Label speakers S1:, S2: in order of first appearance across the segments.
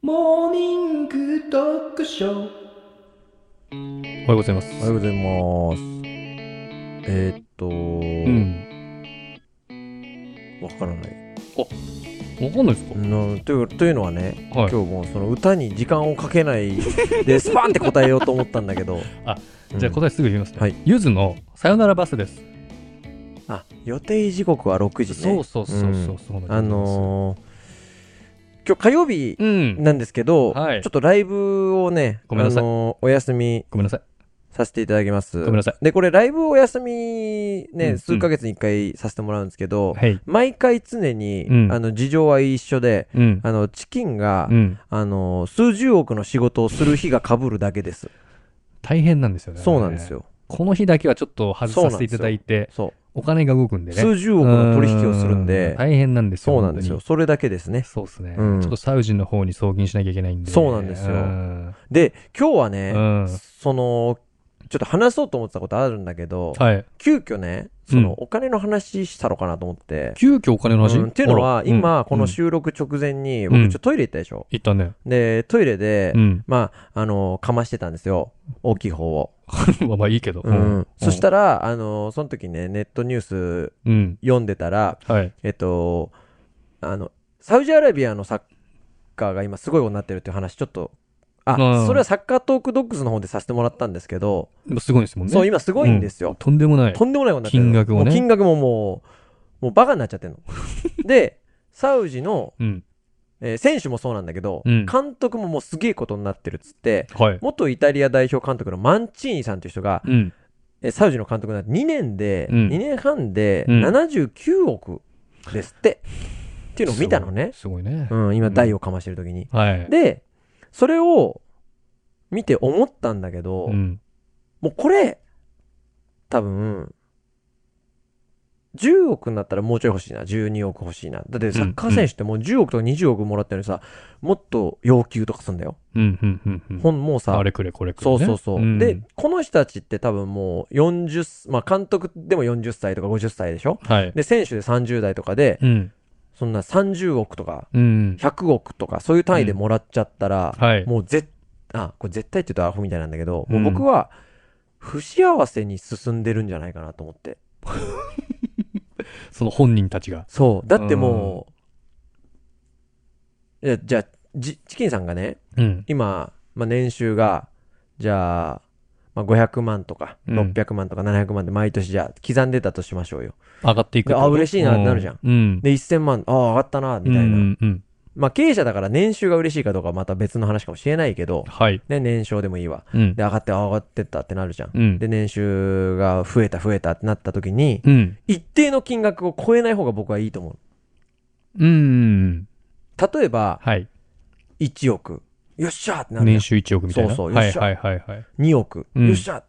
S1: モーニング読書
S2: おはようございます。
S3: おはようございます。えー、っと、
S2: う
S3: わ、
S2: ん。
S3: からない
S2: わかんないですか、
S3: なという。というのはね、
S2: はい。
S3: 今日もうその歌に時間をかけないで、スパンって答えようと思ったんだけど
S2: あ
S3: うん、
S2: じゃあ答えすぐ言いますね。
S3: はい
S2: ゆずのさよならバスです。
S3: あ、予定時刻は6時ね。
S2: そうそうそうそうそう、
S3: あのー、今日火曜日
S2: うん。
S3: なんですけど、
S2: はい
S3: ちょっとライブをね、
S2: ごめんなさい
S3: あのーお休み
S2: ごめんなさい。
S3: させていただきます。
S2: ごめんなさい。
S3: で、これライブお休み
S2: う
S3: ね、
S2: ん
S3: 数ヶ月に1回させてもらうんですけど、
S2: はい。
S3: 毎回常に、
S2: うん
S3: あの事情は一緒で、
S2: うん。
S3: あのチキンが、
S2: うん。
S3: あの数十億の仕事をする日が被るだけです。
S2: 大変なんですよね。
S3: そうなんです。よ。
S2: この日だけはちょっと外させていただいて、
S3: そ
S2: お金が動くんで
S3: う。
S2: ね。
S3: 数十億の取引をするん
S2: う
S3: で、
S2: 大変なんですよ。
S3: そうなんですよ。
S2: 本
S3: それだけですね
S2: 当に。。そうですね、
S3: うん
S2: ちょっとサウジの方に送金しなきゃいけないんで。
S3: そうなんですよ
S2: うん
S3: で、今日はね、
S2: うん
S3: その、ちょっと話そうと思ってたことあるんだけど、
S2: はい。
S3: 急遽ね、その、お金の話したのかなと思って。
S2: 急遽お金の話、
S3: うんっていうの
S2: あ
S3: は、
S2: ら
S3: 今、こ
S2: う
S3: の、
S2: ん
S3: 収録直前に、
S2: うん
S3: 僕、ちょっとトイレ行ったでしょ。
S2: 行ったね。
S3: で、トイレで
S2: う、ん。
S3: まあ、あの、かましてたんですよ。大きい方を。
S2: まあまあいいけど。
S3: うん。そした
S2: ら、
S3: ら、あの、その時ね、ネットニュース
S2: うん。
S3: 読んでたら、
S2: はい。
S3: えっと、あの、サウジアラビアのサッカーが今すごいことになってるっていう話、ちょっと、
S2: う
S3: あ
S2: ん、
S3: それはサッカートークドッグスの方でさせてもらったんですけど、
S2: でもすごいですもんね。
S3: そう、今すごいんです
S2: うん
S3: よ。
S2: とんでもない。
S3: とんでもないことになってる。
S2: 金額をね
S3: もう金額ももう、もうバカになっちゃっ てるの。で、サウジの、
S2: うん。
S3: えー選手もそうなんだけど、
S2: うん
S3: 監督ももうすげえことになってるっつって、
S2: はい。
S3: 元イタリア代表監督のマンチーニさんという人が、
S2: うん。
S3: えーサウジの監督になって2年で、
S2: うん
S3: 2年半で
S2: うん
S3: 79億ですって、っていうのを見たのね。
S2: すごいね
S3: う。ん、今、台をかましてる時に。
S2: はい。
S3: で、それを見て思ったんだけど、
S2: うん。
S3: もうこれ、多分、10億になったらもうちょい欲しいな。12億欲しいな。だってサッカー選手ってもう10億とか20億もらったのにさ、もっと要求とかすんだよ。
S2: うん、うん、うんうん。
S3: ほん、もうさ
S2: あ、れくれ、これくれ
S3: そ
S2: ね。
S3: うそうそう。
S2: ん
S3: で、、この人たちって多分もう40、まあ監督でも40歳とか50歳でしょ
S2: はい。
S3: で、選手で30代とかで、
S2: うん。
S3: そんな30億とか、
S2: うん。
S3: 100億とか、そういう単位でもらっちゃったら、
S2: はい。
S3: もうぜあ、これ絶対って言うとアホみたいなんだけど、
S2: う
S3: も
S2: ん
S3: う僕は、不幸せに進んでるんじゃないかなと思って。
S2: その本人たちが。
S3: そう。だってもう、いやじゃあ、じチキンさんがね、
S2: うん。
S3: 今、まあ、年収が、じゃあ、まあ、500万とか、
S2: うん
S3: 600万とか700万で毎年じゃあ、刻んでたとしましょうよ。
S2: 上がっていく。
S3: であ嬉しいなってなるじゃん
S2: ううん。
S3: で、1000万、ああ、上がったな、みたいな。
S2: うん、うん。
S3: まあ、経営者だから年収が嬉しいかどうかはまた別の話かもしれないけど、
S2: はい。
S3: ね、年賞でもいいわ。
S2: うん。
S3: で、上がって、あ上がってったってなるじゃん。
S2: うん。
S3: で、年収が増えた増えたってなった時に、
S2: うん。
S3: 一定の金額を超えない方が僕はいいと思う。
S2: うん。
S3: 例えば、
S2: はい。
S3: 1億。よっしゃーってなる
S2: 年
S3: じ
S2: 収1億みたいな。
S3: そうそう
S2: は
S3: よ
S2: い、
S3: っしゃ
S2: はい、はい、はい。
S3: ゃん。2億。
S2: うん
S3: よっしゃー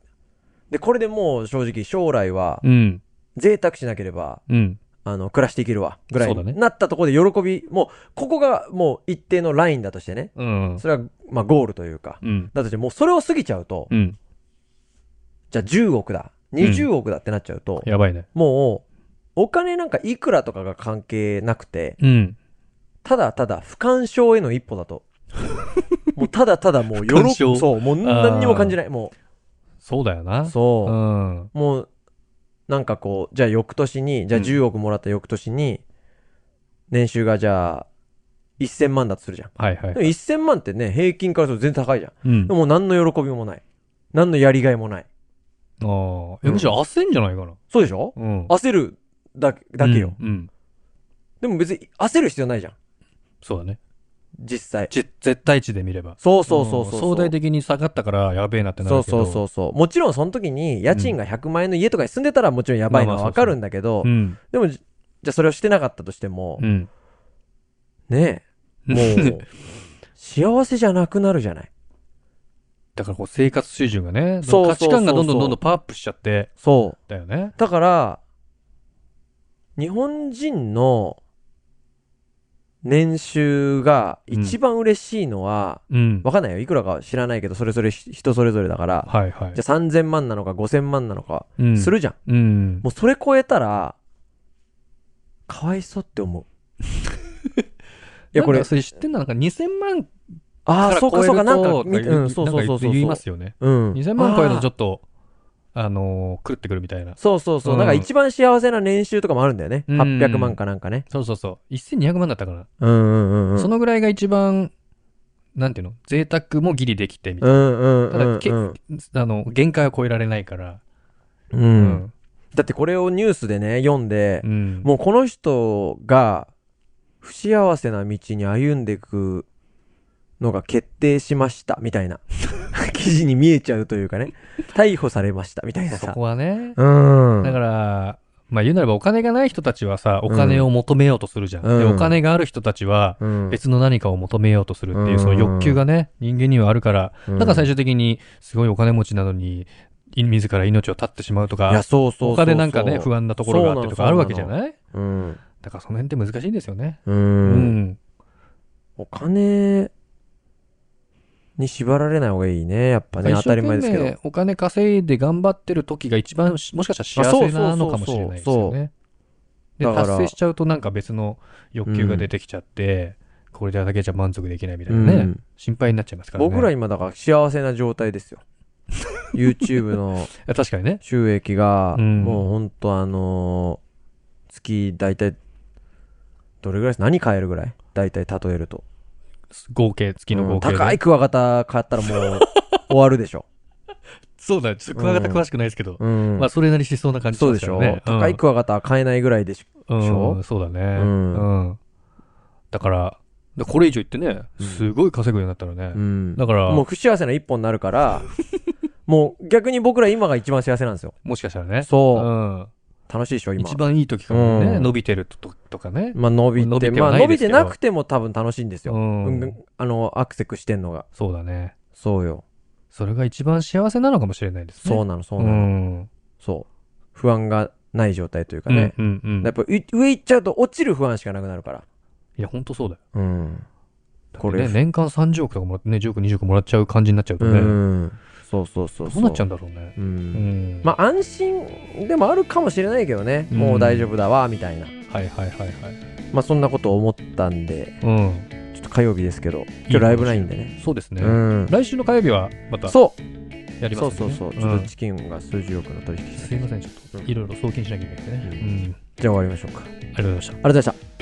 S3: で、これでもう正直将来は
S2: うん。
S3: 贅沢しなければ、
S2: うん。
S3: あの、暮らしていけるわ。ぐらい
S2: そうだね
S3: になったところで喜び、もう、ここがもう一定のラインだとしてね。
S2: うん。
S3: それは、まあ、ゴールというか。
S2: うん。
S3: だとして、もうそれを過ぎちゃうと、
S2: うん。
S3: じゃあ10億だ。20億だってなっちゃうと、
S2: やばいね。
S3: もう、お金なんかいくらとかが関係なくて、
S2: うん。
S3: ただただ不干渉への一歩 だと。もうただただもう
S2: 不干
S3: 喜
S2: 渉
S3: ぶ。そう、もう何にも感じない。も
S2: そうだよな。
S3: う、
S2: う
S3: そ
S2: ん。
S3: う。もう、なんかこう、じゃあ翌年に、じゃあ
S2: うん
S3: 10億もらった翌年に、年収がじゃあ、1000万だとするじゃん。
S2: はい、はい
S3: で。も1000万ってね、平均からすると全然高いじゃん。
S2: うん
S3: で。も何の喜びもない。何のやりがいもない。
S2: ああ。
S3: う
S2: え、
S3: ん
S2: むしろ焦んじゃないかな。
S3: そうでしょ
S2: うん。
S3: 焦るだけだけよ。
S2: うん。うん。
S3: でも別に焦る必要ないじゃん。
S2: そうだね。
S3: 実際。
S2: じ絶対値で見れば。
S3: そうそうそうそう。
S2: ん相対的に下がったからやべえなってな
S3: そ
S2: る
S3: う
S2: けど。
S3: そうそうそう。もちろんその時に家賃が100万円の家とかに住んでたらもちろんやばいの
S2: まあ
S3: は
S2: まあ
S3: わかるんだけど、
S2: うん。
S3: でもじ、じゃあそれをしてなかったとしても
S2: う、ん。
S3: ねえ、も う、幸せじゃなくなるじゃない。
S2: だからこう生活水準がね、
S3: そう
S2: 価
S3: そうそうそう
S2: 値観がどんどんどんどんパワーアップしちゃって、
S3: そ
S2: だよね
S3: う。。だから、日本人の年収が一番嬉しいのは、
S2: うん。
S3: わかんないよ。いくらかは知らないけど、それぞれひ人それぞれだから、
S2: はいはい
S3: じ。ゃあ3000万なのか5000万なのか、
S2: うん
S3: するじゃん。
S2: うん。
S3: もうそれ超えたら、 かわいそうって思う。いや、こ
S2: なん
S3: れ
S2: か、それ知ってんだなんか2000万
S3: ああ、
S2: ら
S3: そうかそうか、なんか、
S2: 超え
S3: み
S2: ると
S3: うん、そうそうそうそう。
S2: 言いますよね。
S3: うん。
S2: 2000万超えるとちょ
S3: っと。
S2: っと、あのー狂ってくるみたいな。
S3: そうそうそう。
S2: うん
S3: なんか一番幸せな年収とかもあるんだよね。
S2: うん
S3: 800万かなんかね。
S2: そうそうそう。1200万だったかな。
S3: うんうんうんうん。
S2: そのぐらいが一番、なんていうの贅沢もギリできてみた
S3: う
S2: い
S3: んうん
S2: た
S3: う
S2: だ
S3: ん
S2: け
S3: うん。
S2: な。あの、限界を超えられないから。
S3: う。。
S2: うん
S3: だってこれをニュースでね、読んで、
S2: うん。
S3: もうこの人が不幸せな道に歩んでいくのが決定しましたみ たいな記事に見えちゃうというかね逮捕されましたみたいな
S2: そ
S3: さ
S2: こはね。
S3: うん
S2: だから、まあ言うなればお金がない人たちはさ、お金を求めようとするじゃん。
S3: うん
S2: で、お金がある人たちは、
S3: うん
S2: 別の何かを求めようとするっていうう、
S3: ん
S2: その欲求がね、人間にはあるから、
S3: うん
S2: だから最終的に、すごいお金持ちなのに、い自ら命を絶ってしまうと
S3: いや
S2: か、
S3: そうそうそうそ
S2: 他
S3: う
S2: でなんかね、不安なところがあってとかあるわけじゃ
S3: い
S2: ない
S3: うん
S2: だからその辺って難しいんですよね。
S3: う
S2: うんん。
S3: お金に縛られない方がいいねやっぱね
S2: 一
S3: 当
S2: 生懸
S3: たり前
S2: 命
S3: ですけど
S2: お金稼いで頑張ってる時が一番し、もしかしたら幸せなのかもしれないですよね。で、
S3: だから
S2: 達成しちゃうとなんか別の欲求が出てきちゃって、これだけじゃ満足できないみたいうなんね。心配になっちゃいますからね。
S3: 僕ら
S2: い
S3: 今だから幸せな状態です よ YouTube の
S2: や確かにね。
S3: 収益が、
S2: うん
S3: もうほんとあのー月大体、どれぐらいです何買えるぐらい大体例えると。
S2: 合計、月の
S3: うん
S2: 合計で。
S3: 高いクワガタ買ったらもう終わるでしょ。
S2: そうだよ、ちょっとクワガタ詳しくないですけど。
S3: うん。
S2: まあ、それなりしそうな感じ
S3: そうでしょ、高いクワガタ買えないぐらいでしょ。
S2: うん
S3: でしょ
S2: うんそうだね。
S3: う
S2: うんん。だから、でこれ以上言ってね、すごい稼ぐようになったらね。
S3: うん。
S2: だから、
S3: もう
S2: も
S3: 不幸せな一本になるから、 もう逆に僕ら今が一番幸せなんですよ。
S2: しかしたらね。う
S3: そう。
S2: ん。
S3: 楽しいでしょ、今
S2: 一。番いい時かも
S3: う
S2: ね、
S3: ん
S2: 伸びてるとととかね。
S3: まあ伸び
S2: 伸
S3: て、
S2: びて
S3: ま
S2: は
S3: あ
S2: ない
S3: 伸
S2: で
S3: び
S2: すけ
S3: て
S2: ど
S3: なくても多分楽しいんです
S2: う
S3: よ。うん
S2: ん。
S3: あの、アクセクしてんのが。
S2: そうだね。
S3: そうよ。
S2: それが一番幸せなのかもしれないですね。
S3: そうなの、そう
S2: う
S3: なの。
S2: ん。
S3: そう。不安がない状態というか
S2: う
S3: ね
S2: ん。。うん。うん
S3: やっぱい上行っちゃうと落ちる不安しかなくなるから。
S2: いや、ほんとそうだよ。
S3: うん。こ
S2: ね
S3: れ、
S2: 年間30億とかもらってね、10億、20億もらっちゃう感じになっちゃうと
S3: う
S2: ね。
S3: ん。そうそうそう
S2: どうなっちゃうん
S3: う
S2: だろうね。
S3: う。
S2: うんん。
S3: まあ安心でもあるかもしれないけどね。
S2: うん
S3: もう大丈夫だわ、みたいな。
S2: はいはいはいはい。
S3: まあそんなことを思ったんで、
S2: うん。
S3: ちょっと火曜日ですけど、今日ライブないんでね。
S2: そうですね。
S3: うん。
S2: 来週の火曜日はまた
S3: そう、
S2: やり
S3: そ
S2: ま
S3: う
S2: す
S3: そ
S2: ん
S3: う
S2: でね
S3: そう。ち
S2: う
S3: ょっ
S2: ん
S3: とチキンが数十億の取引しなきゃ
S2: すいません、ちょっといろいろ送金しなきゃいけないんでね。うん。
S3: じゃあ終わりましょうか。ありが
S2: ありがとうご
S3: とう
S2: ざいました。
S3: ございました。